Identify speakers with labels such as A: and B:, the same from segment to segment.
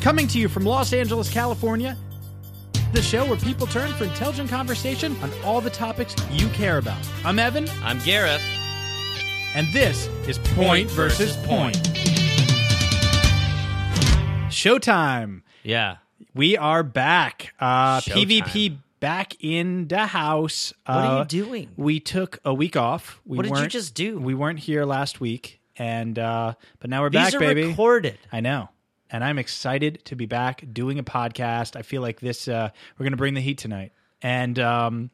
A: Coming to you from Los Angeles, California, the show where people turn for intelligent conversation on all the topics you care about. I'm Evan,
B: I'm Gareth.
A: and this is Point, versus Point. Showtime.
B: Yeah.
A: We are back. Uh,
B: Showtime.
A: PvP back in the house. What
B: are you doing?
A: We took a week off. We
B: What did you
A: weren't-
B: just do?
A: We weren't here last week, and uh, but now we're
B: These
A: back,
B: are
A: baby.
B: recorded.
A: I know. And I'm excited to be back doing a podcast. I feel like this, uh, we're going to bring the heat tonight. And um,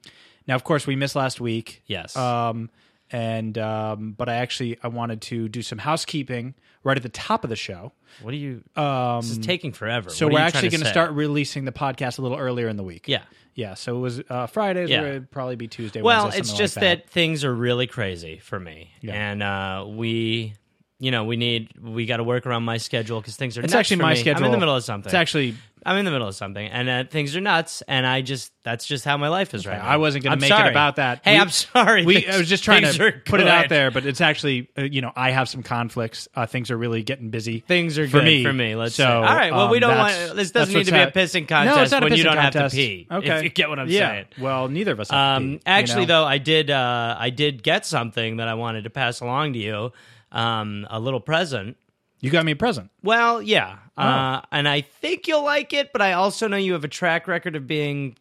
A: now, of course, we missed last week.
B: Yes.
A: Um, and, um, but I actually, I wanted to do some housekeeping right at the top of the show.
B: What are you? Um, this is taking forever.
A: So
B: What are
A: we're
B: you
A: actually
B: trying to
A: going to
B: say?
A: start releasing the podcast a little earlier in the week.
B: Yeah.
A: Yeah. So it was uh, Fridays.
B: Yeah.
A: Or it'd probably be Tuesday.
B: Well,
A: Wednesday,
B: it's
A: something like
B: just that. things are really crazy for me, and uh, we, you know, we need we got to work around my schedule because things are.
A: It's
B: nuts
A: actually
B: for
A: my
B: me.
A: schedule.
B: I'm in the middle of something.
A: It's actually
B: I'm in the middle of something, and uh, things are nuts. And I just that's just how my life is right now.
A: I wasn't going
B: I'm
A: to make
B: sorry.
A: it about that.
B: Hey,
A: We-
B: I'm sorry.
A: We,
B: Things-
A: I was just trying
B: things
A: to
B: are
A: put it out
B: good.
A: there, but it's actually, uh, you know, I have some conflicts. Uh, things are really getting busy.
B: Things are
A: for
B: good
A: me.
B: for me, let's
A: so,
B: say. All right, well, we
A: um,
B: don't
A: that's-
B: want- this
A: that's
B: doesn't need
A: what's
B: to be a
A: hap-
B: pissing
A: No, it's
B: contest
A: not a
B: when you
A: pissing
B: don't have to
A: contest.
B: pee, if
A: Okay,
B: you get what I'm
A: Yeah.
B: saying.
A: Well, neither of us. Have to
B: Um,
A: pee,
B: actually,
A: you know?
B: though, I did. Uh, I did get something that I wanted to pass along to you. Um, a little present.
A: you got me a present.
B: Well, yeah, uh,
A: Oh.
B: and I think you'll like it. But I also know you have a track record of being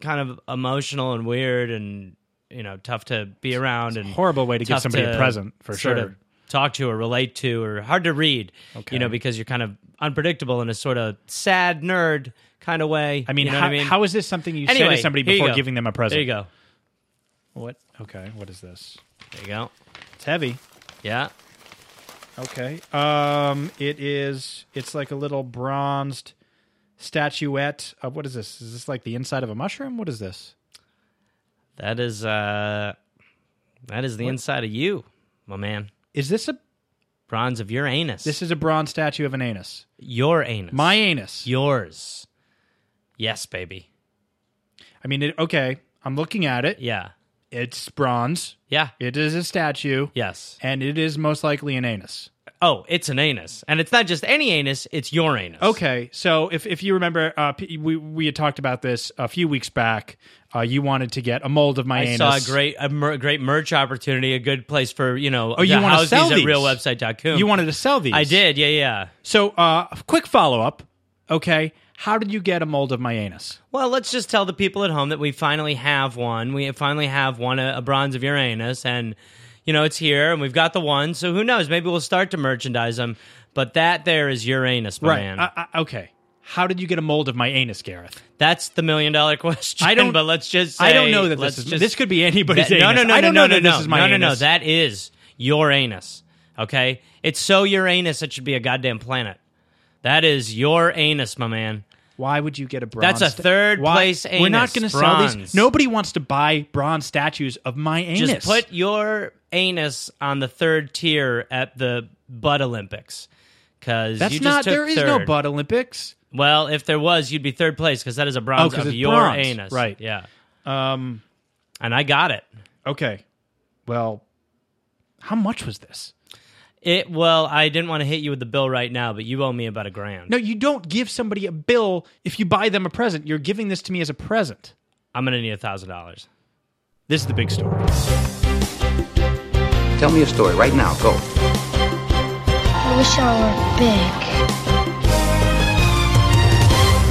B: kind of emotional and weird, and you know, tough to be around. And
A: Horrible way to give
B: tough
A: somebody a
B: to
A: present for
B: sort
A: sure.
B: of talk to or relate to, or hard to read.
A: Okay.
B: You know, because you're kind of unpredictable in a sort of sad nerd kind of way.
A: I mean,
B: you know
A: how,
B: what I mean?
A: how is this something you say
B: Anyway,
A: to somebody
B: here you
A: before
B: go.
A: giving them a present?
B: there you go.
A: What? Okay. What is this?
B: There you go.
A: It's heavy.
B: Yeah.
A: Okay. Um, it is. It's like a little bronzed statuette of what is this? Is this like the inside of a mushroom? What is this?
B: That is uh that is the inside of you, my man.
A: Is this a?
B: Bronze of your anus.
A: This is a bronze statue of an anus.
B: your anus.
A: My anus.
B: yours. Yes, baby.
A: I mean, it, okay. I'm looking at it.
B: Yeah.
A: It's bronze.
B: Yeah.
A: It is a statue,
B: Yes.
A: and it is most likely an anus.
B: Oh, it's an anus. And it's not just any anus, it's your anus.
A: Okay, so if if you remember, uh, P- we we had talked about this a few weeks back. Uh, you wanted to get a mold of my
B: I
A: anus.
B: saw a great a mer- great merch opportunity, a good place for, you know,
A: Oh, you
B: to
A: wanna
B: house
A: sell
B: these
A: these?
B: at realwebsite.com.
A: You wanted to sell these.
B: I did, yeah, yeah.
A: So, uh, quick follow up. Okay, how did you get a mold of my anus?
B: Well, let's just tell the people at home that we finally have one. We finally have one, a, a bronze of Uranus, and you know it's here, and we've got the one. So who knows? Maybe we'll start to merchandise them. But that there is Uranus, my man.
A: I, I, okay. How did you get a mold of my anus, Gareth?
B: That's the million dollar question.
A: I don't-
B: But let's just. Say,
A: I don't know that
B: let's
A: this is.
B: just-
A: this could be anybody's
B: that- no,
A: anus.
B: no, no,
A: I
B: no,
A: don't
B: no,
A: know
B: no,
A: that
B: no,
A: this is my
B: no, no,
A: anus.
B: no. That is your anus. Okay, it's so Uranus it should be a goddamn planet. That is your anus, my man.
A: Why would you get a bronze?
B: That's a third
A: Why-
B: place
A: We're not
B: anus,
A: gonna sell these.
B: bronze.
A: Nobody wants to buy bronze statues of my anus.
B: Just put your anus on the third tier at the Butt Olympics. Because
A: That's
B: you just
A: not.
B: took
A: There is
B: third.
A: no butt Olympics.
B: Well, if there was, you'd be third place because that is a bronze
A: Oh, 'cause
B: of
A: it's
B: your
A: bronze.
B: anus,
A: Right.
B: Yeah,
A: Um.
B: and I got it.
A: Okay. Well, how much was this?
B: It well, I didn't want to hit you with the bill right now, but you owe me about a grand.
A: No, you don't give somebody a bill if you buy them a present. You're giving this to me as a present.
B: I'm gonna need a thousand dollars.
A: This is the big story.
C: Tell me a story right now. Go.
D: I wish I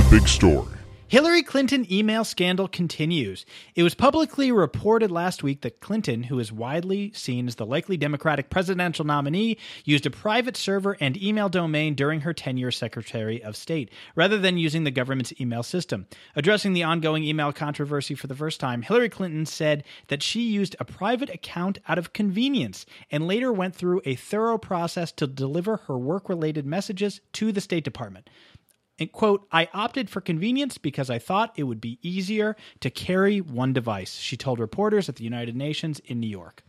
D: were big.
E: Big story.
A: Hillary Clinton email scandal continues. It was publicly reported last week that Clinton, who is widely seen as the likely Democratic presidential nominee, used a private server and email domain during her tenure as Secretary of State, rather than using the government's email system. Addressing the ongoing email controversy for the first time, Hillary Clinton said that she used a private account out of convenience and later went through a thorough process to deliver her work related messages to the State Department. And quote, I opted for convenience because I thought it would be easier to carry one device, she told reporters at the United Nations in New York.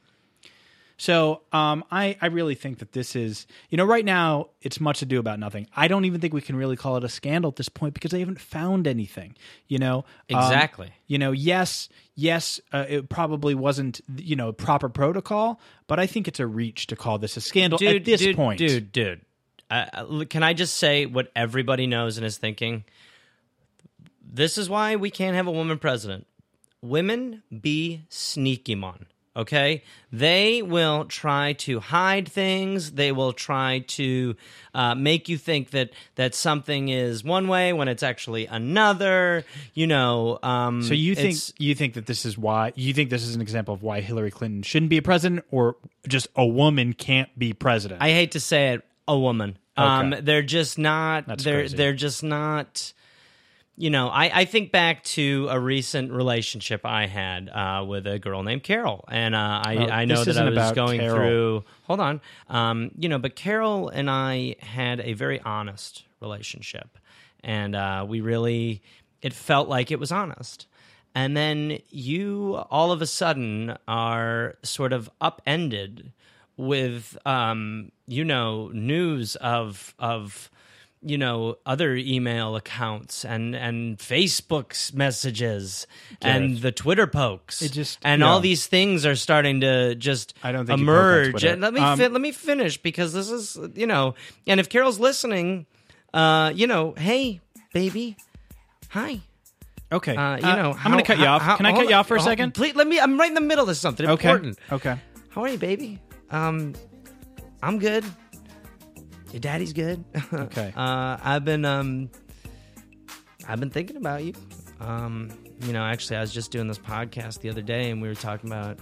A: So um, I, I really think that this is, you know, right now it's much ado about nothing. I don't even think we can really call it a scandal at this point because they haven't found anything, you know? Um,
B: Exactly.
A: you know, yes, yes, uh, it probably wasn't, you know, proper protocol, but I think it's a reach to call this a scandal
B: dude,
A: at this
B: dude,
A: point.
B: dude, dude. I- I- can I just say what everybody knows and is thinking? This is why we can't have a woman president. Women be sneaky mon, okay? They will try to hide things. They will try to uh, make you think that that something is one way when it's actually another. You know. Um,
A: So you think
B: it's-
A: you think that this is why you think this is an example of why Hillary Clinton shouldn't be a president, or just a woman can't be president?
B: I hate to say it, a woman. Um,
A: Okay.
B: they're just not.
A: That's
B: they're
A: crazy.
B: they're just not. You know, I, I think back to a recent relationship I had uh, with a girl named Carol, and uh, I,
A: Oh,
B: I know
A: this
B: that
A: isn't
B: I was
A: about
B: going
A: Carol.
B: through. Hold on, um, you know, but Carol and I had a very honest relationship, and uh, we really it felt like it was honest. And then you all of a sudden are sort of upended with um, you know news of of you know other email accounts and and Facebook's messages and the Twitter pokes.
A: It just-
B: and all
A: yeah.
B: these things are starting to just
A: I don't think you poke on
B: emerge.
A: Twitter.
B: And let me
A: Um,
B: fi- let me finish because this is you know. And if Carol's listening, uh, you know, hey baby, hi.
A: okay,
B: Uh, you
A: Uh,
B: know,
A: I'm going to cut you off. Can I cut you off for a second?
B: Please, let me. I'm right in the middle of something
A: okay,
B: important.
A: okay.
B: How are you, baby? Um, I'm good. Your daddy's good.
A: Okay.
B: uh, I've been um, I've been thinking about you. Um, you know, actually, I was just doing this podcast the other day, and we were talking about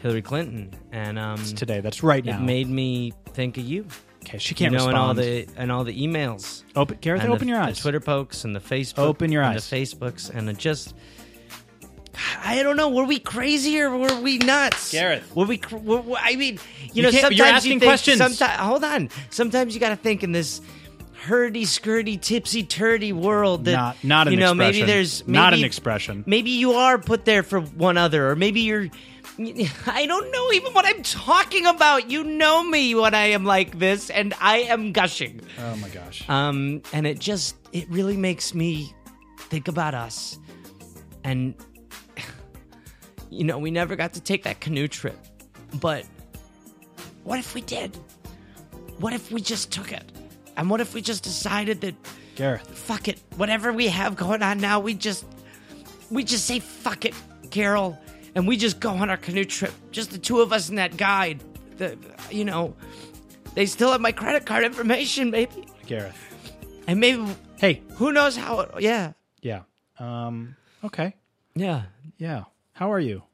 B: Hillary Clinton, and um,
A: It's today. That's right
B: it
A: now.
B: made me think of you.
A: okay, she
B: You
A: can't
B: know,
A: respond.
B: and all the and all the emails.
A: open, Gareth,
B: and the-
A: open your
B: the
A: eyes.
B: Twitter pokes and the Facebook.
A: Open your
B: and
A: eyes.
B: The Facebooks and the just. I don't know. Were we crazy or were we nuts,
A: Gareth.
B: Were we? cr- Were, were- I mean, you,
A: You
B: know,
A: can't-
B: sometimes
A: you're
B: you
A: asking
B: think,
A: questions.
B: Sometimes, hold on. Sometimes you got to think in this hurdy scurdy, tipsy turdy world. That
A: Not- not an
B: you know. Maybe
A: expression.
B: there's maybe,
A: Not an expression.
B: Maybe you are put there for one other, or maybe you're. I don't know even what I'm talking about. You know me when I am like this, and I am gushing
A: oh my gosh.
B: um, and it just it really makes me think about us and you know we never got to take that canoe trip but what if we did what if we just took it and what if we just decided that
A: Gareth,
B: fuck it whatever we have going on now we just we just say fuck it carol and we just go on our canoe trip just the two of us and that guide the you know they still have my credit card information maybe
A: Gareth.
B: and maybe
A: Hey,
B: who knows how? It, yeah,
A: yeah. Um. Okay.
B: yeah.
A: Yeah. How are you?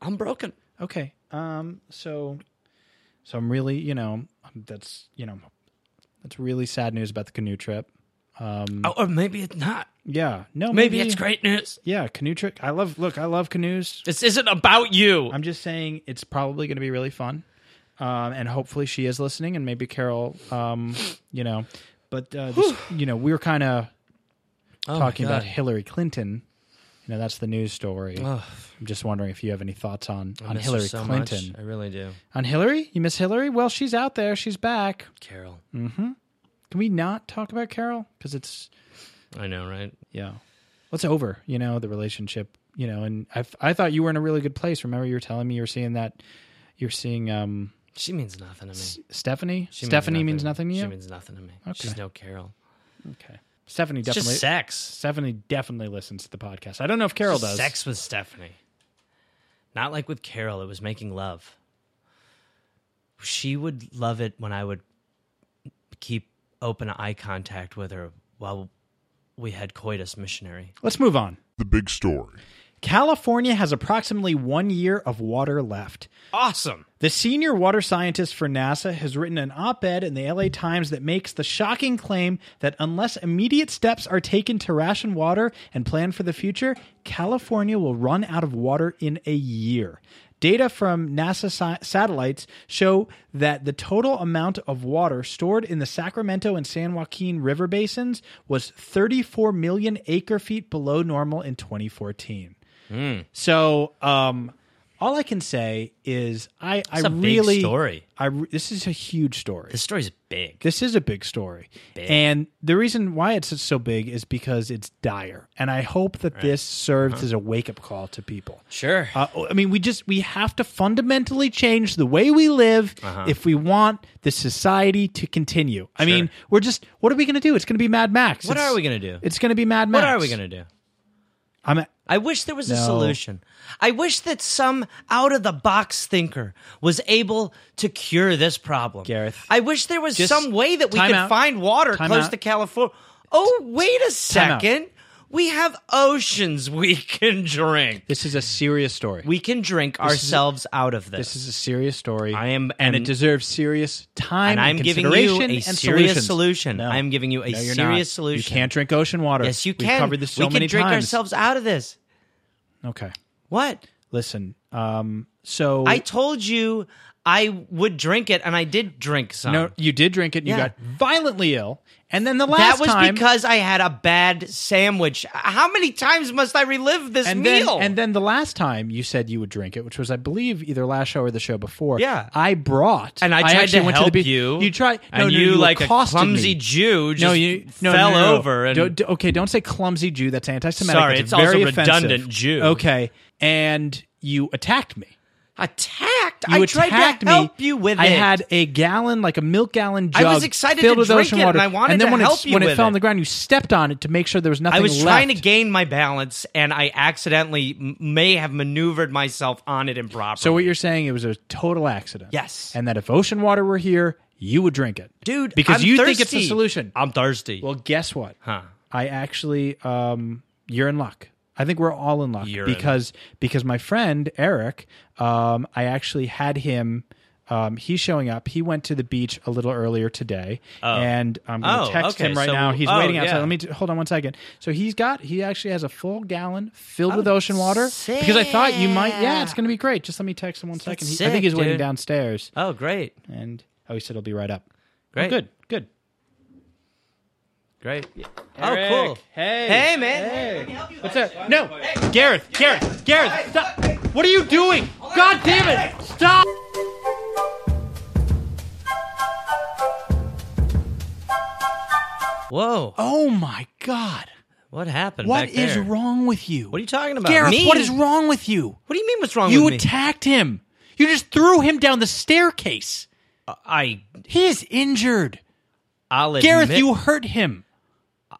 B: I'm broken.
A: Okay. Um. So, so I'm really, you know, that's you know, that's really sad news about the canoe trip. Mm.
B: Oh, or maybe it's not.
A: Yeah. No.
B: Maybe,
A: Maybe,
B: it's great news.
A: Yeah. Canoe trip. I love. Look, I love canoes.
B: This isn't about you.
A: I'm just saying it's probably going to be really fun, um, and hopefully she is listening, and maybe Carol, um, you know, but uh, this, you know, we were kind of
B: Oh my
A: talking about
B: God.
A: Hillary Clinton. You know, that's the news story.
B: Ugh.
A: I'm just wondering if you have any thoughts on
B: I
A: on
B: miss her
A: Hillary
B: so much.
A: Clinton.
B: I really do,
A: On Hillary, you miss Hillary? Well, she's out there. She's back.
B: Carol.
A: Mm. Can we not talk about Carol? Because it's
B: I know, right?
A: yeah, what's over? You know the relationship. You know, and I I thought you were in a really good place. Remember, you were telling me you were seeing that you're seeing um
B: She means nothing to me.
A: Stephanie.
B: She
A: Stephanie means nothing,
B: She
A: to you.
B: means nothing to me. She's
A: Okay.
B: no Carol.
A: okay, Stephanie
B: It's
A: definitely.
B: just sex.
A: Stephanie definitely listens to the podcast. I don't know if Carol
B: Just
A: does.
B: Sex with Stephanie. Not like with Carol. It was making love. She would love it when I would keep open eye contact with her while we had coitus missionary.
A: Let's move on.
E: The big story.
A: California has approximately one year of water left.
B: Awesome.
A: The senior water scientist for NASA has written an op ed in the LA Times that makes the shocking claim that unless immediate steps are taken to ration water and plan for the future, California will run out of water in a year. Data from NASA sa- satellites show that the total amount of water stored in the Sacramento and San Joaquin river basins was 34 million acre feet below normal in 2014. So, um, All I can say is I I
B: a big
A: really
B: story.
A: I re- this is a huge story.
B: This story's big.
A: This is a big story. And the reason why it's so big is because it's dire. And I hope that this serves as a wake up call to people.
B: Uh-huh. Sure.
A: Uh, I mean, we just we have to fundamentally change the way we live
B: Uh-huh.
A: if we want this society to continue. I mean, we're just what are we going to do? It's going to be Mad Max.
B: What
A: It's-
B: are we gonna do?
A: It's going to be Mad Max.
B: what are we going to do?
A: I'm a-
B: I wish there was a
A: No.
B: solution. I wish that some out of the box thinker was able to cure this problem.
A: Gareth,
B: I wish there was
A: just
B: some way that we
A: time
B: could
A: out.
B: find water
A: Time
B: close
A: out.
B: to California. Oh, wait a
A: Time out.
B: second. We have oceans we can drink.
A: this is a serious story.
B: We can drink ourselves out of
A: this is a serious story.
B: I am-
A: and,
B: and-
A: it deserves serious time.
B: and I'm giving you
A: consideration
B: a
A: and
B: serious
A: solutions.
B: solution.
A: No.
B: I'm giving you a
A: No, you're not.
B: serious solution.
A: You can't drink ocean water.
B: Yes, you
A: We've
B: can.
A: covered this so
B: we can
A: many
B: drink
A: times.
B: ourselves out of this.
A: Okay,
B: What?
A: listen. Um, so
B: I told you I would drink it, and I did drink some.
A: no, you did drink it. and You
B: Yeah.
A: got violently ill, and then the last
B: that was
A: time,
B: because I had a bad sandwich. How many times must I relive this
A: and
B: meal?
A: then and then the last time you said you would drink it, which was I believe either last show or the show before.
B: Yeah.
A: I brought
B: And I tried
A: actually
B: to
A: went
B: help
A: to the beach.
B: you.
A: You tried, no,
B: and
A: no,
B: you,
A: you
B: like a
A: accosted me.
B: clumsy Jew, just
A: no, you no,
B: fell
A: no, no, no.
B: over. And
A: Don't- d- okay, don't say clumsy Jew. That's anti-Semitic.
B: Sorry, it's also
A: very offensive.
B: redundant Jew.
A: Okay, and you attacked me.
B: attacked.
A: You
B: I tried
A: attacked
B: to help
A: me.
B: you with
A: I
B: it.
A: had a gallon, like a milk gallon jug.
B: I was excited
A: filled
B: to
A: with
B: drink
A: ocean
B: it,
A: water,
B: and I wanted
A: and then
B: to
A: when
B: help
A: it,
B: you
A: when
B: with
A: it fell
B: it.
A: on the ground, you stepped on it to make sure there was nothing.
B: I was
A: left.
B: trying to gain my balance, and I accidentally m- may have maneuvered myself on it improperly.
A: So what you're saying? It was a total accident.
B: Yes.
A: and that if ocean water were here, you would drink it,
B: dude,
A: because
B: I'm
A: you
B: thirsty.
A: think it's the solution.
B: I'm thirsty.
A: well, guess what?
B: huh.
A: I actually, um, you're in luck. I think we're all in luck
B: You're in-
A: because because my friend Eric, um, I actually had him. Um, he's showing up. He went to the beach a little earlier today, and I'm going to
B: Oh,
A: text
B: okay.
A: him right
B: So-
A: now. He's
B: oh,
A: waiting outside.
B: yeah.
A: Let me t- hold on one second. So he's got he actually has a full gallon filled with ocean water
B: sick.
A: because I thought you might. Yeah, it's going to be great. Just let me text him one second. He- I
B: sick,
A: think he's waiting
B: dude.
A: downstairs,
B: Oh, great,
A: and oh, he said he'll be right up.
B: great,
A: Good, good.
B: great.
A: Eric,
B: oh, cool.
A: Hey,
B: Hey, man.
A: What's that? No, Gareth, Gareth, Gareth, stop! What are you doing? God damn it! Stop!
B: Whoa.
A: Oh my God!
B: What happened?
A: What
B: back
A: is
B: there?
A: wrong with you?
B: What are you talking about?
A: Gareth?
B: Me?
A: What is wrong with you?
B: What do you mean? What's wrong
A: You
B: with me?
A: attacked him. You just threw him down the staircase.
B: I.
A: He is injured.
B: I'll
A: Gareth,
B: admit,
A: you hurt him.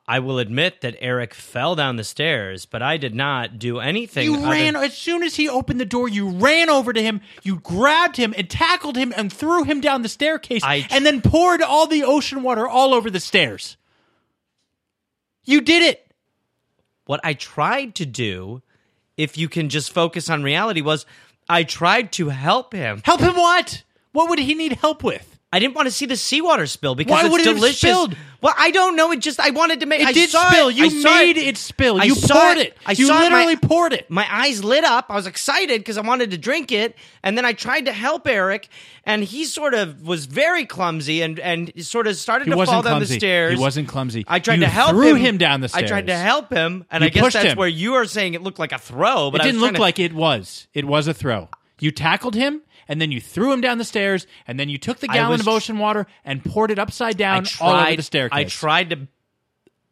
B: I will admit that Eric fell down the stairs, but I did not do anything.
A: You
B: other-
A: ran as soon as he opened the door. You ran over to him. You grabbed him and tackled him and threw him down the staircase,
B: I-
A: and then poured all the ocean water all over the stairs. You did it.
B: What I tried to do, if you can just focus on reality, was I tried to help him.
A: Help him what? What would he need help with?
B: I didn't want to see the seawater spill because
A: Why
B: it's
A: would it have
B: delicious.
A: spilled?
B: Well, I don't know. It just I wanted to make.
A: It
B: I
A: did
B: saw
A: spill.
B: It.
A: You
B: I saw
A: made it spill.
B: I
A: you
B: saw
A: poured it.
B: I
A: you
B: saw it.
A: literally
B: my,
A: poured it.
B: My eyes lit up. I was excited because I wanted to drink it, and then I tried to help Eric, and he sort of was very clumsy and and sort of started to fall down the stairs.
A: clumsy.
B: I tried to help
A: threw
B: him.
A: him down the stairs.
B: I tried to help him, and
A: You
B: I guess
A: pushed
B: that's
A: him.
B: where you are saying it looked like a throw, but
A: It
B: I was
A: didn't look
B: trying to-
A: like it was. It was a throw. You tackled him, and then you threw him down the stairs, and then you took the gallon
B: was
A: of
B: tr-
A: ocean water and poured it upside
B: I
A: down
B: tried
A: all over the staircase.
B: I tried to.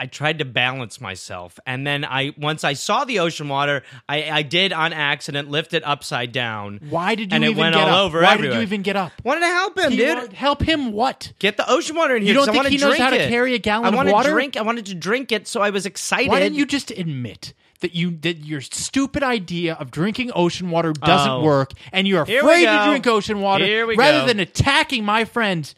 B: I tried to balance myself, and then I once I saw the ocean water, I, I did on accident lift it upside down.
A: Why did you
B: and
A: even
B: it went
A: get
B: all
A: up?
B: over?
A: Why did
B: everywhere.
A: you even get up?
B: Wanted to help him,
A: He
B: dude.
A: wa- help him what?
B: Get the ocean water in here.
A: You don't
B: 'cause I
A: think
B: wanna
A: he knows
B: drink
A: how to
B: it.
A: carry a gallon
B: I
A: of
B: wanted to
A: water?
B: Drink. I wanted to drink it, so I was excited.
A: Why didn't you just admit that you that your stupid idea of drinking ocean water doesn't
B: Oh.
A: work and you're
B: Here we
A: afraid to
B: go.
A: drink ocean water
B: Here we
A: rather
B: go.
A: than attacking my friends?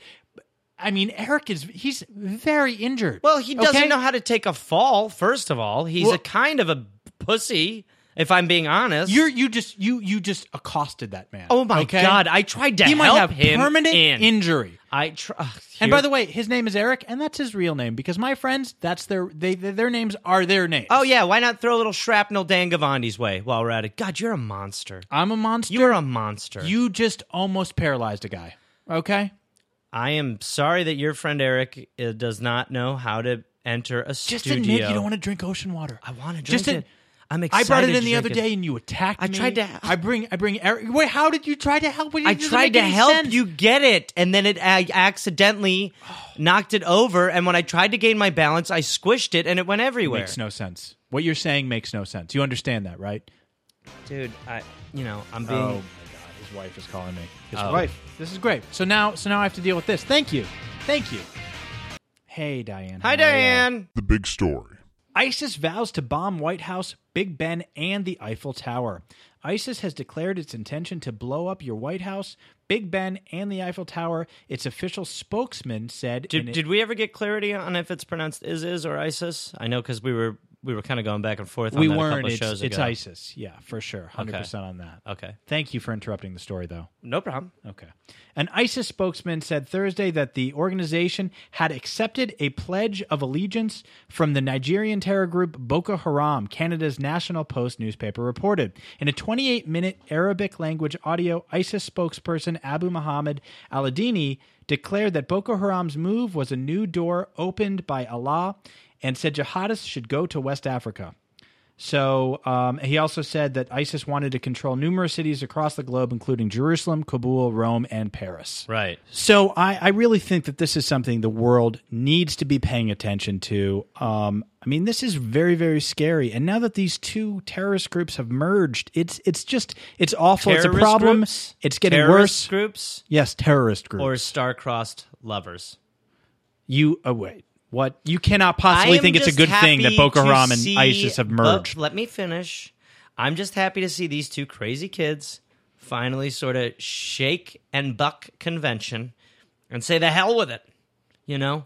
A: I mean, Eric is he's very injured.
B: Well, he doesn't
A: okay?
B: know how to take a fall. First of all, he's
A: Well-
B: a kind of a pussy. If I'm being honest,
A: You're you just you you just accosted that man.
B: Oh my
A: okay?
B: god! I tried to
A: He
B: help
A: might have
B: him
A: permanent
B: in.
A: injury.
B: I tr- ugh,
A: And
B: here-
A: by the way, his name is Eric, and that's his real name because my friends, that's their they their names are their names.
B: oh yeah, why not throw a little shrapnel Dan Gavandi's way while we're at it? God, you're a monster.
A: I'm a monster.
B: You're a monster.
A: You just almost paralyzed a guy. Okay.
B: I am sorry that your friend Eric uh, does not know how to enter a
A: Just
B: studio.
A: admit you don't want to drink ocean water.
B: I want to drink
A: Just
B: it.
A: ad-
B: I'm
A: I
B: excited.
A: brought it in
B: to
A: the other
B: drink it.
A: day, and you attacked
B: I
A: me.
B: tried to-
A: I bring. I bring. Eric. Wait, how did you try to help? What,
B: I
A: it doesn't
B: tried
A: make
B: to
A: any
B: help
A: sense.
B: you get it, and then it I accidentally knocked it over. And when I tried to gain my balance, I squished it, and it went everywhere.
A: Makes no sense. What you're saying makes no sense. You understand that, right?
B: Dude, I, you know, I'm being.
A: Oh my god, his wife is calling me. His
B: Oh.
A: wife. This is great. So now, so now I have to deal with this. Thank you. Thank you. Hey, Diane.
B: Hi,
A: How are ya?
B: Diane.
E: The big story.
A: ISIS vows to bomb White House, Big Ben, and the Eiffel Tower. ISIS has declared its intention to blow up your White House, Big Ben, and the Eiffel Tower. Its official spokesman said. in
B: Did,
A: it-
B: did we ever get clarity on if it's pronounced is is or ISIS? I know because we were we were kind of going back and forth. On
A: we
B: that A
A: weren't.
B: couple of
A: It's,
B: shows
A: it's
B: ago.
A: ISIS. Yeah, for sure. 100% on that.
B: Okay,
A: Thank you for interrupting the story, though.
B: no problem.
A: Okay. An ISIS spokesman said Thursday that the organization had accepted a pledge of allegiance from the Nigerian terror group Boko Haram, Canada's National Post newspaper reported. In a 28 minute Arabic language audio, ISIS spokesperson Abu Muhammad Al Adini declared that Boko Haram's move was a new door opened by Allah and said jihadists should go to West Africa. So um, he also said that ISIS wanted to control numerous cities across the globe, including Jerusalem, Kabul, Rome, and Paris.
B: Right.
A: So I, I really think that this is something the world needs to be paying attention to. Um, I mean, this is very, very scary. And now that these two terrorist groups have merged, it's it's just it's awful. it's a
B: Terrorist
A: problem.
B: groups?
A: It's getting
B: Terrorist
A: worse.
B: Groups
A: yes, terrorist groups.
B: or star-crossed lovers.
A: you oh wait, what? You cannot possibly think it's a good thing that Boko Haram and ISIS have merged.
B: Oh, let me finish. I'm just happy to see these two crazy kids finally sort of shake and buck convention and say the hell with it. You know,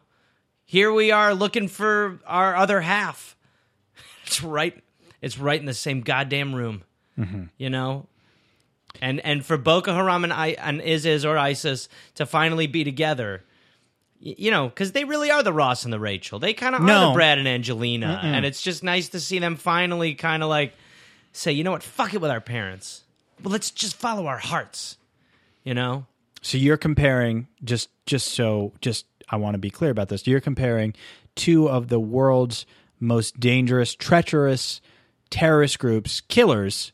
B: here we are looking for our other half. It's right. It's right in the same goddamn room. You know. And and for Boko Haram and, I, and ISIS or ISIS to finally be together, y- you know, because they really are the Ross and the Rachel. They kind of are
A: No.
B: the Brad and Angelina, and it's just nice to see them finally kind of like say, you know what, fuck it with our parents. Well, let's just follow our hearts. You know,
A: So you're comparing just just so just I want to be clear about this. You're comparing two of the world's most dangerous, treacherous terrorist groups, killers,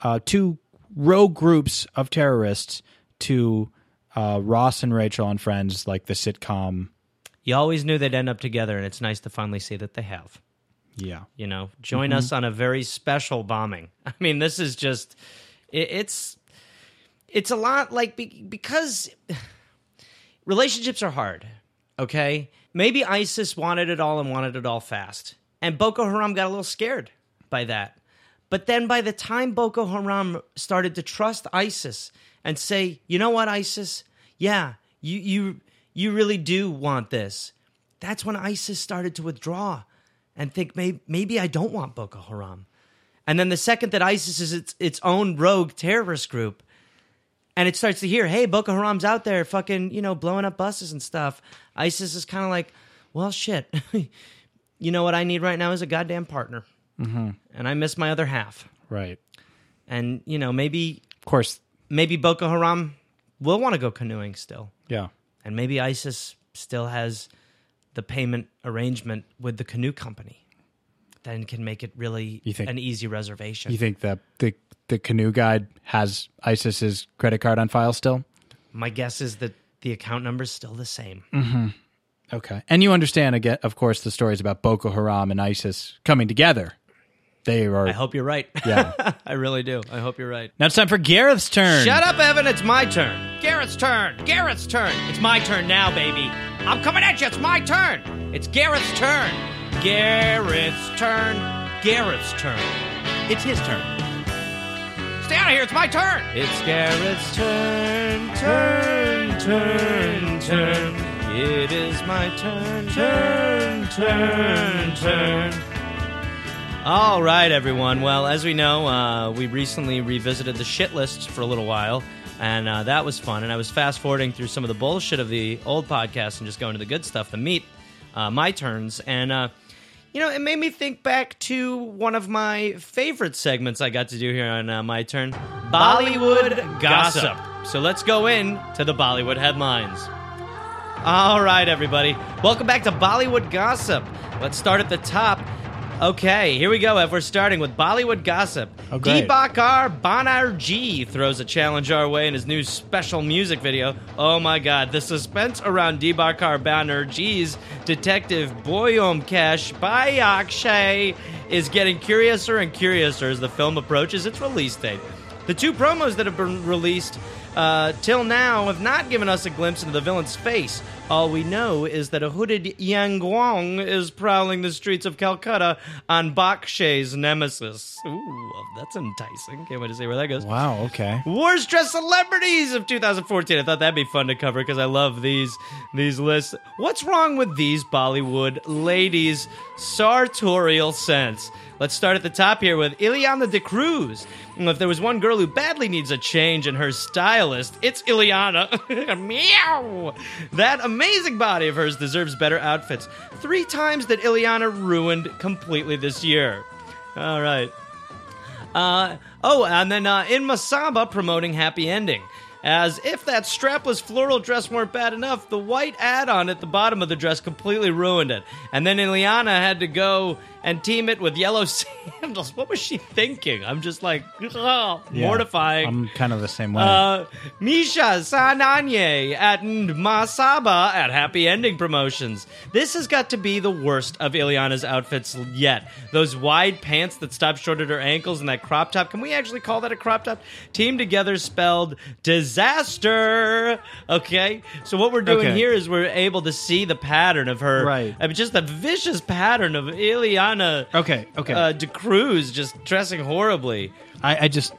A: uh, two rogue groups of terrorists to uh, Ross and Rachel and Friends, like the sitcom.
B: you always knew they'd end up together, and it's nice to finally see that they have.
A: Yeah.
B: You know, join us on a very special bombing. I mean, this is just it, it's it's a lot like be, because relationships are hard. Okay, maybe ISIS wanted it all and wanted it all fast, and Boko Haram got a little scared by that. But then by the time Boko Haram started to trust ISIS and say, you know what, ISIS, yeah, you you you really do want this. That's when ISIS started to withdraw and think maybe maybe I don't want Boko Haram. And then the second that ISIS is its its own rogue terrorist group, and it starts to hear, hey, Boko Haram's out there fucking, you know, blowing up buses and stuff. ISIS is kind of like, well, shit. you know what I need right now is a goddamn partner. Mm-hmm. And I miss my other half.
A: Right.
B: And, you know, maybe
A: Of course.
B: maybe Boko Haram will want to go canoeing still.
A: Yeah.
B: And maybe ISIS still has the payment arrangement with the canoe company. Then can make it really
A: You think-
B: an easy reservation.
A: You think that the the canoe guide has ISIS's credit card on file still?
B: my guess is that the account number's still the same.
A: Mm. Okay. And you understand again, of course, the stories about Boko Haram and ISIS coming together. They are
B: I hope you're right.
A: Yeah.
B: I really do. I hope you're right.
A: Now it's time for Gareth's turn.
B: Shut up, Evan. It's my turn. Garrett's turn. Garrett's turn. It's my turn now, baby. I'm coming at you. It's my turn. It's Garrett's turn. Garrett's turn. Garrett's turn.
A: It's his turn.
B: Stay out of here. It's my turn. It's Garrett's turn. Turn, turn, turn. It is my turn. Turn, turn, turn. All right, everyone. Well, as we know, uh, we recently revisited the shit list for a little while, and uh, that was fun. And I was fast forwarding through some of the bullshit of the old podcast and just going to the good stuff, the meat, uh, my turns. And, uh, you know, it made me think back to one of my favorite segments I got to do here on uh, my turn Bollywood gossip. So let's go in to the Bollywood headlines. All right, everybody. Welcome back to Bollywood Gossip. Let's start at the top. Okay, here we go, Ev. We're starting with Bollywood gossip.
A: Oh, great.
B: Deepakar Banerjee throws a challenge our way in his new special music video. Oh my god, the suspense around Deepakar Banerjee's detective Boyom Kesh by Akshay is getting curiouser and curiouser as the film approaches its release date. The two promos that have been released uh, till now have not given us a glimpse into the villain's face. All we know is that a hooded Yang Guang is prowling the streets of Calcutta on Bakshay's nemesis. Ooh, that's enticing. Can't wait to see where that goes.
A: Wow. Okay.
B: Worst dressed celebrities of 2014. I thought that'd be fun to cover because I love these these lists. What's wrong with these Bollywood ladies' sartorial sense? Let's start at the top here with Ileana de Cruz. If there was one girl who badly needs a change in her stylist, it's Ileana. Meow! That amazing body of hers deserves better outfits. Three times that Ileana ruined completely this year. All right. Uh, oh, and then uh, in Masaba promoting Happy Ending. As if that strapless floral dress weren't bad enough, the white add on at the bottom of the dress completely ruined it. And then Ileana had to go and team it with yellow sandals. What was she thinking? I'm just like, ugh,
A: Yeah.
B: mortifying.
A: I'm kind of the same way.
B: Uh, Misha Sananye at Masaba at Happy Ending Promotions. This has got to be the worst of Ileana's outfits yet. Those wide pants that stop short at her ankles and that crop top. Can we actually call that a crop top? Team together spelled disaster. Okay, so what we're doing
A: Okay.
B: here is we're able to see the pattern of her.
A: Right.
B: I mean, just the vicious pattern of Ileana.
A: okay. Okay.
B: Uh, De Cruz just dressing horribly.
A: I, I just.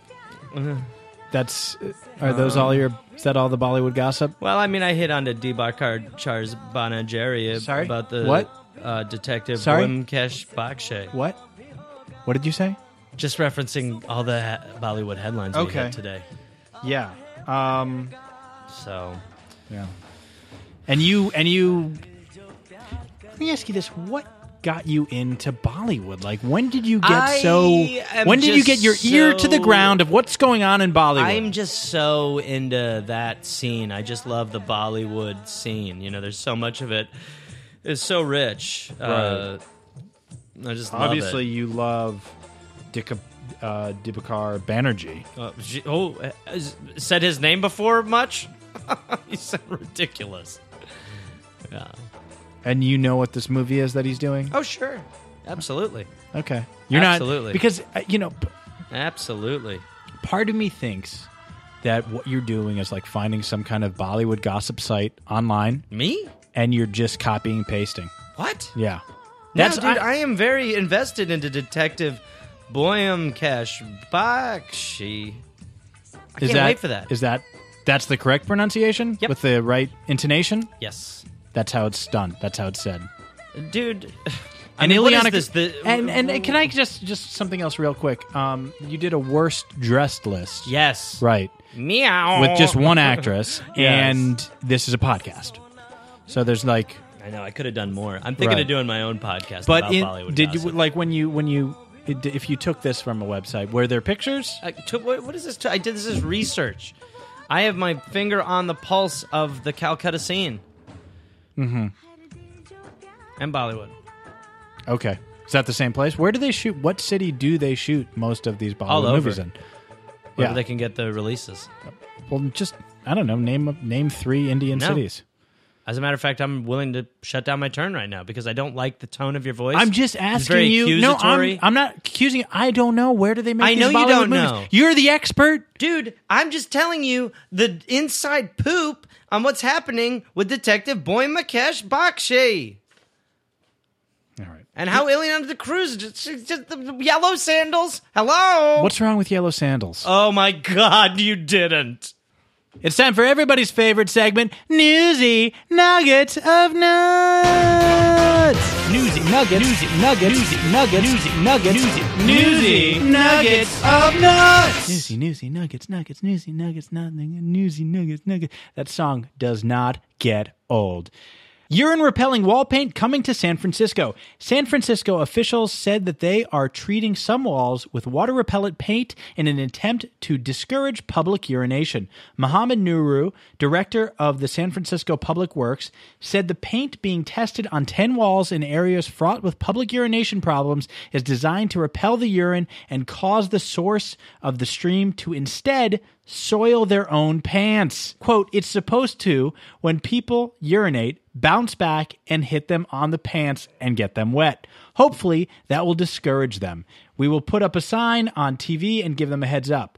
A: That's. uh, Are those
B: Uh,
A: all your? Is that all the Bollywood gossip?
B: Well, I mean, I hit on to Debakar Charles Banajeri
A: Sorry?
B: about the
A: What?
B: Uh, detective
A: Sorry?
B: Wimkesh Bakshay.
A: What? What did you say?
B: Just referencing all the ha- Bollywood headlines we
A: Okay.
B: had today.
A: Yeah. Um.
B: So
A: Yeah. And you and you. Let me ask you this: What got you into Bollywood? Like, when did you get
B: I
A: so?
B: am
A: When did you get
B: just
A: your ear to the
B: so-
A: ground of what's going on in Bollywood?
B: I'm just so into that scene. I just love the Bollywood scene. You know, there's so much of it. It's so rich. Uh, I just love it.
A: Obviously, you love Dick, uh, Dibakar Banerjee.
B: Uh, j- oh, uh, is- said his name before much? He's so ridiculous. Yeah.
A: And you know what this movie is that he's doing?
B: Oh, sure. Absolutely.
A: Okay. You're
B: Absolutely.
A: not. Because, uh, you know, p-
B: Absolutely.
A: part of me thinks that what you're doing is like finding some kind of Bollywood gossip site online
B: Me?
A: and you're just copying and pasting.
B: What?
A: Yeah.
B: That's dude, I, am very invested into Detective Boyam Cash Bakshi. I
A: is
B: can't
A: that,
B: wait for that.
A: Is that. That's the correct pronunciation
B: Yep.
A: with the right intonation.
B: yes.
A: That's how it's done. That's how it's said.
B: Dude.
A: and
B: mean, what is
A: Ileana-
B: this? The-
A: and and can I just just something else real quick? Um, you did a worst dressed list,
B: Yes.
A: right?
B: Meow.
A: With just one actress,
B: Yes.
A: and this is a podcast, so there's like.
B: I know, I could have done more. I'm thinking
A: Right.
B: of doing my own podcast
A: But
B: about
A: in,
B: Bollywood
A: did you
B: gossip.
A: like when you when you it- if you took this from a website, were there pictures?
B: I took, uh, what, what is this? I did this as research. I have my finger on the pulse of the Calcutta scene. Mm-hmm. And Bollywood.
A: Okay, is that the same place? Where do they shoot? What city do they shoot most of these Bollywood
B: All over.
A: movies in?
B: Where
A: Yeah.
B: they can get the releases.
A: Well, just I don't know. Name name three Indian
B: No.
A: cities.
B: As a matter of fact, I'm willing to shut down my turn right now because I don't like the tone of your voice.
A: I'm just
B: It's
A: asking
B: very
A: you. No, I'm,
B: accusatory.
A: I'm not accusing. you. I don't know where do they make.
B: I
A: these
B: know you
A: Bollywood
B: don't
A: movies?
B: know.
A: You're the expert.
B: Dude, I'm just telling you the inside poop on what's happening with Detective Boy Makesh Bakshi.
A: All right.
B: And how Ileana the Cruz just, just the yellow sandals. Hello.
A: What's wrong with yellow sandals?
B: Oh my god, you didn't.
A: it's time for everybody's favorite segment, Newsy Nuggets of Nuts. Newsy Nuggets. Newsy Nuggets. Newsy Nuggets. Newsy Nuggets.
B: Newsy Nuggets
A: of Nuts. Newsy, newsy nuggets, nuggets, newsy nuggets, nothing, newsy nuggets, nuggets. That song does not get old. Urine repelling wall paint coming to San Francisco. San Francisco officials said that they are treating some walls with water repellent paint in an attempt to discourage public urination. Mohammed Nuru, director of the San Francisco Public Works, said the paint being tested on 10 walls in areas fraught with public urination problems is designed to repel the urine and cause the source of the stream to instead soil their own pants. Quote, it's supposed to, when people urinate, bounce back and hit them on the pants and get them wet. Hopefully, that will discourage them. We will put up a sign on TV and give them a heads up.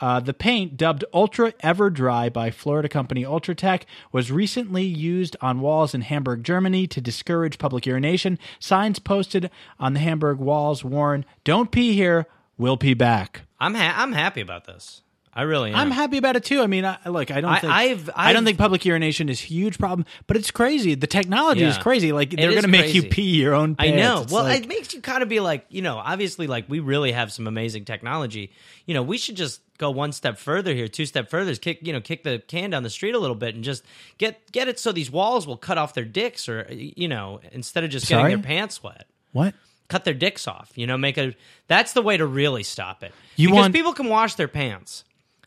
A: Uh, the paint, dubbed Ultra Everdry by Florida company Ultratech, was recently used on walls in Hamburg, Germany to discourage public urination. Signs posted on the Hamburg walls warn, don't pee here, we'll pee back.
B: I'm ha- I'm happy about this. I really am.
A: I'm happy about it too. I mean, I, look, I don't
B: I-
A: think
B: I've-
A: I do not
B: I've-
A: think public urination is a huge problem, but it's crazy. The technology is
B: Yeah.
A: crazy. Like
B: It
A: they're
B: is
A: going to make you
B: crazy.
A: pee your own.
B: I
A: pants.
B: know.
A: It's
B: Well,
A: like-
B: it makes you kind of be like, you know, obviously, like we really have some amazing technology. You know, we should just go one step further here, two step further, is kick, you know, kick the can down the street a little bit, and just get get it so these walls will cut off their dicks, or you know, instead of just
A: Sorry?
B: getting their pants wet,
A: what?
B: cut their dicks off. You know, make a that's the way to really stop it.
A: You
B: because
A: want-
B: people can wash their pants,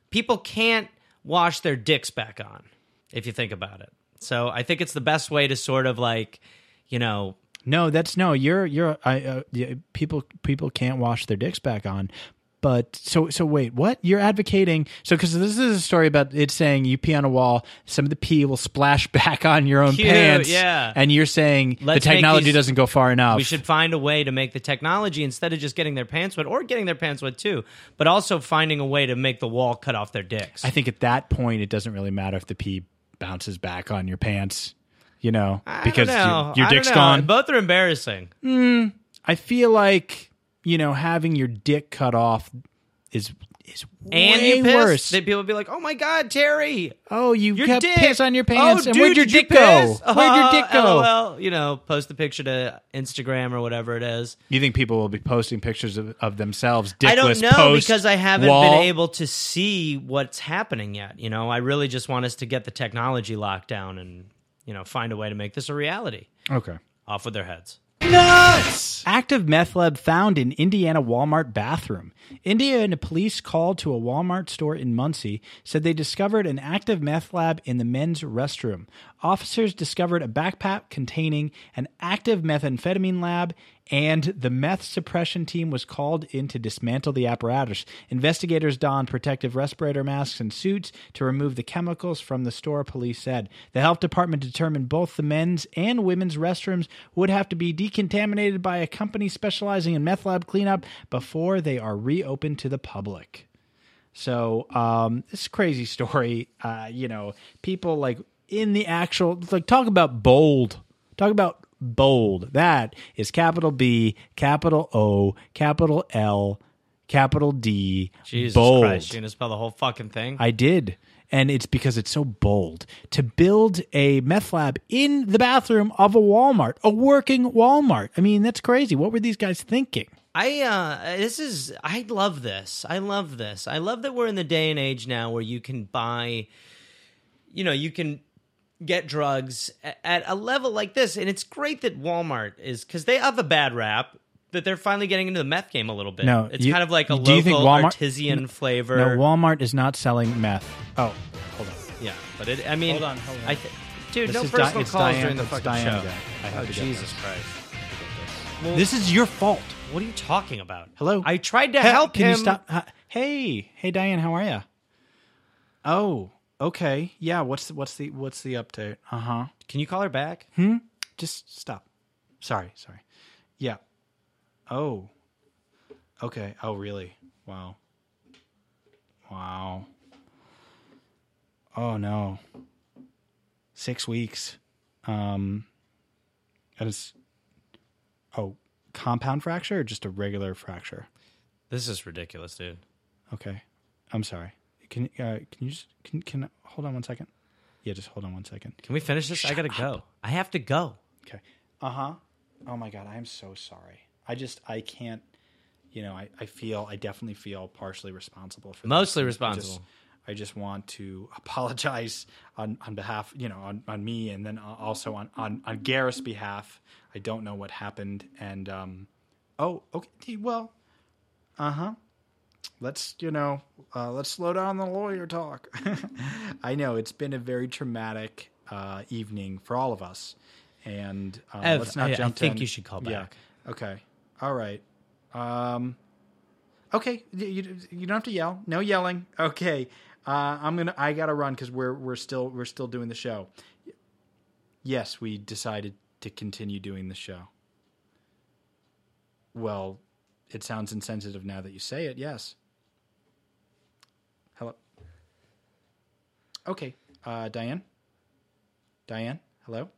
B: people can't wash their dicks back on. If you think about it, so I think it's the best way to sort of like, you know.
A: No, that's no. You're you're. I uh, yeah, people people can't wash their dicks back on. But so so wait, what you're advocating? So because this is a story about it saying you pee on a wall, some of the pee will splash back on your own
B: Cute,
A: pants.
B: yeah.
A: and you're saying
B: Let's
A: the
B: make
A: technology
B: these-
A: doesn't go far enough.
B: We should find a way to make the technology instead of just getting their pants wet or getting their pants wet too, but also finding a way to make the wall cut off their dicks.
A: I think at that point it doesn't really matter if the pee bounces back on your pants, you know,
B: I
A: because
B: don't know.
A: your, your
B: I don't
A: dick's
B: know.
A: gone.
B: Both are embarrassing.
A: I feel like you know having your dick cut off is is
B: And
A: way
B: you piss.
A: worse.
B: Then people would be like, "Oh my god, Terry,
A: oh, you
B: your
A: kept
B: dick
A: piss on your pants,
B: Oh,
A: and
B: dude,
A: where'd your
B: did you
A: dick go?
B: piss?
A: Where'd your
B: Oh,
A: dick go?
B: LOL. You know, post the picture to Instagram or whatever it is.
A: You think people will be posting pictures of, of themselves? Dickless
B: I don't know
A: post,
B: because I haven't
A: wall.
B: been able to see what's happening yet. You know, I really just want us to get the technology locked down and you know find a way to make this a reality.
A: Okay.
B: Off with their heads.
A: Active meth lab found in Indiana Walmart bathroom. Indiana police called to a Walmart store in Muncie said they discovered an active meth lab in the men's restroom. Officers discovered a backpack containing an active methamphetamine lab, and the meth suppression team was called in to dismantle the apparatus. Investigators donned protective respirator masks and suits to remove the chemicals from the store, police said. The health department determined both the men's and women's restrooms would have to be decontaminated by a company specializing in meth lab cleanup before they are reopened to the public. So, um, this is a crazy story. Uh, you know, people like in the actual, like, talk about bold. Talk about bold. That is capital B, capital O, capital L, capital D.
B: Jesus
A: bold.
B: Christ, you're gonna spell the whole fucking thing.
A: I did. And it's because it's so bold to build a meth lab in the bathroom of a Walmart, a working Walmart. I mean, that's crazy. What were these guys thinking?
B: I uh this is I love this. I love this. I love that we're in the day and age now where you can buy you know, you can get drugs a- at a level like this and it's great that Walmart is cuz they have a bad rap that they're finally getting into the meth game a little bit.
A: No,
B: it's
A: you-
B: kind of like a
A: do
B: local
A: you think Walmart-
B: artisan flavor.
A: No, Walmart is not selling meth. Oh, hold on.
B: yeah, but it I mean
A: Hold on, hold on.
B: I th- Dude,
A: This
B: no
A: is Di-
B: personal
A: it's
B: calls
A: Diane-
B: during the
A: it's
B: fucking
A: Diane
B: show.
A: again. I have
B: oh
A: to get
B: Jesus
A: this.
B: Christ. Well,
A: This is your fault.
B: what are you talking about?
A: Hello.
B: I tried to
A: Hey,
B: help
A: can
B: him.
A: you stop? Hi- Hey, hey, Diane, how are you? Oh, okay. Yeah. What's the, what's the what's the update? Uh huh.
B: Can you call her back?
A: Just stop. Sorry, sorry. Yeah. Oh. Okay. Oh, really? Wow. Wow. Oh no. Six weeks. Um. That is. Oh, compound fracture or just a regular fracture?
B: This is ridiculous, dude.
A: Okay. I'm sorry. Can uh, can you just can can hold on one second? Yeah, just hold on one second.
B: Can we finish this? I gotta go. I have to go.
A: Okay. Uh huh. Oh my God, I'm so sorry. I just I can't. You know, I I feel I definitely feel partially responsible for this.
B: Mostly
A: I
B: responsible.
A: I just want to apologize on, on behalf, you know, on, on me and then a- also on, on, on Gareth's behalf. I don't know what happened. And, um, oh, okay. Well, uh-huh. let's you know uh, let's slow down the lawyer talk i know it's been a very traumatic uh, evening for all of us and uh,
B: Ev,
A: let's not
B: I- I
A: jump to
B: think
A: an-
B: you should call
A: Yeah.
B: back.
A: okay all right um okay you, you, you don't have to yell no yelling okay uh, i'm gonna i gotta run because we're we're still we're still doing the show yes we decided to continue doing the show well it sounds insensitive now that you say it yes Hello. Okay, uh, Diane. Diane, hello.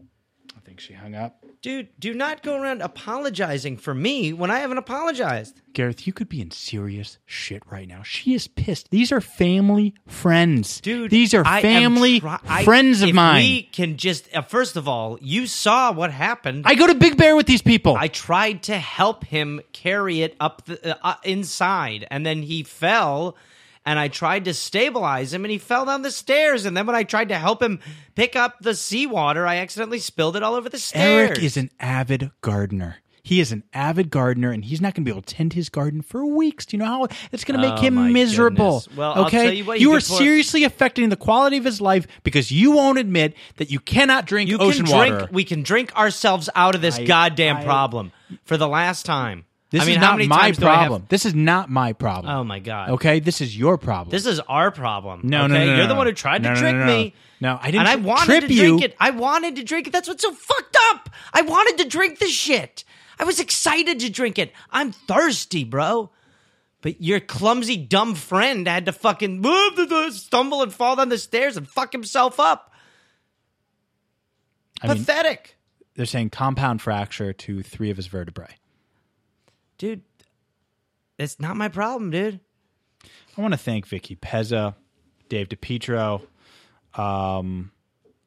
A: I think she hung up.
B: Dude, do not go around apologizing for me when I haven't apologized.
A: Gareth, you could be in serious shit right now. She is pissed. These are family friends,
B: Dude,
A: These are
B: I am
A: family
B: try- I-
A: friends of
B: if
A: mine.
B: We can just uh, first of all, you saw what happened.
A: I go to Big Bear with these people.
B: I tried to help him carry it up the uh, inside, and then he fell. And I tried to stabilize him, and he fell down the stairs. And then when I tried to help him pick up the seawater, I accidentally spilled it all over the stairs.
A: Eric is an avid gardener. He is an avid gardener, and he's not going to be able to tend his garden for weeks. Do you know how that's going to make
B: Oh, my
A: him miserable?
B: goodness. Well, I'll
A: okay,
B: tell you what, you
A: are
B: could pour-
A: seriously affecting the quality of his life because you won't admit that you cannot drink
B: You
A: ocean
B: can drink.
A: water.
B: We can drink ourselves out of this
A: I-
B: goddamn
A: I-
B: problem for the last time.
A: this
B: I mean,
A: is
B: how
A: not
B: many
A: my
B: times do I have-
A: problem. This is not my problem.
B: Oh my god.
A: Okay, this is your problem.
B: This is our problem.
A: No,
B: okay?
A: no, no,
B: You're
A: no,
B: the
A: no.
B: one who tried
A: No,
B: to
A: no,
B: trick
A: no, no.
B: me.
A: No, I didn't
B: And I
A: tr-
B: wanted
A: trip
B: to drink
A: you.
B: it. I wanted to drink it. That's what's so fucked up. I wanted to drink this shit. I was excited to drink it. I'm thirsty, bro. But your clumsy, dumb friend had to fucking stumble and fall down the stairs and fuck himself up.
A: I mean,
B: Pathetic,
A: they're saying compound fracture to three of his vertebrae.
B: dude. That's not my problem, dude.
A: I want to thank Vicky Pezza, Dave DePietro. Um,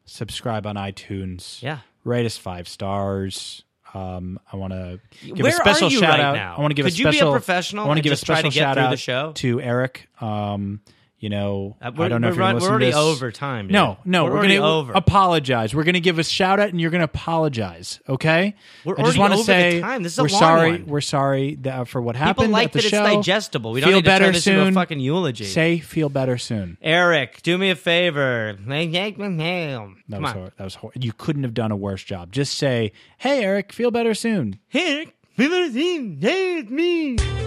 A: subscribe on iTunes.
B: Yeah.
A: Rate us five stars. Um, I want to give
B: Where
A: a special
B: are you
A: shout
B: right
A: out.
B: now?
A: I want to give
B: Could
A: a
B: you be a
A: special.
B: professional
A: I want to
B: and
A: give a
B: just try to
A: special
B: get
A: shout
B: through
A: out
B: the show?
A: to Eric. Um, you know,
B: Uh, we're-
A: I don't know
B: we're
A: if you're
B: run-
A: listening
B: we're already
A: to this.
B: over time, dude.
A: No, no,
B: We're
A: we're, going to
B: already over.
A: apologize. We're going to give a shout out, and you're going to apologize. Okay.
B: We're
A: I just
B: already
A: want to
B: over the
A: say
B: time. This is a
A: we're
B: long
A: sorry.
B: one.
A: We're sorry that, uh, for what happened.
B: People like
A: at the
B: that
A: show.
B: it's digestible. We don't
A: feel
B: need to
A: better
B: turn this
A: soon.
B: into a fucking eulogy.
A: Say feel better soon.
B: Eric, do me a favor. Come
A: That was
B: on.
A: hor- that was hor- you couldn't have done a worse job. Just say, "Hey Eric, feel better soon."
B: Eric, we will see. Hey, it's me.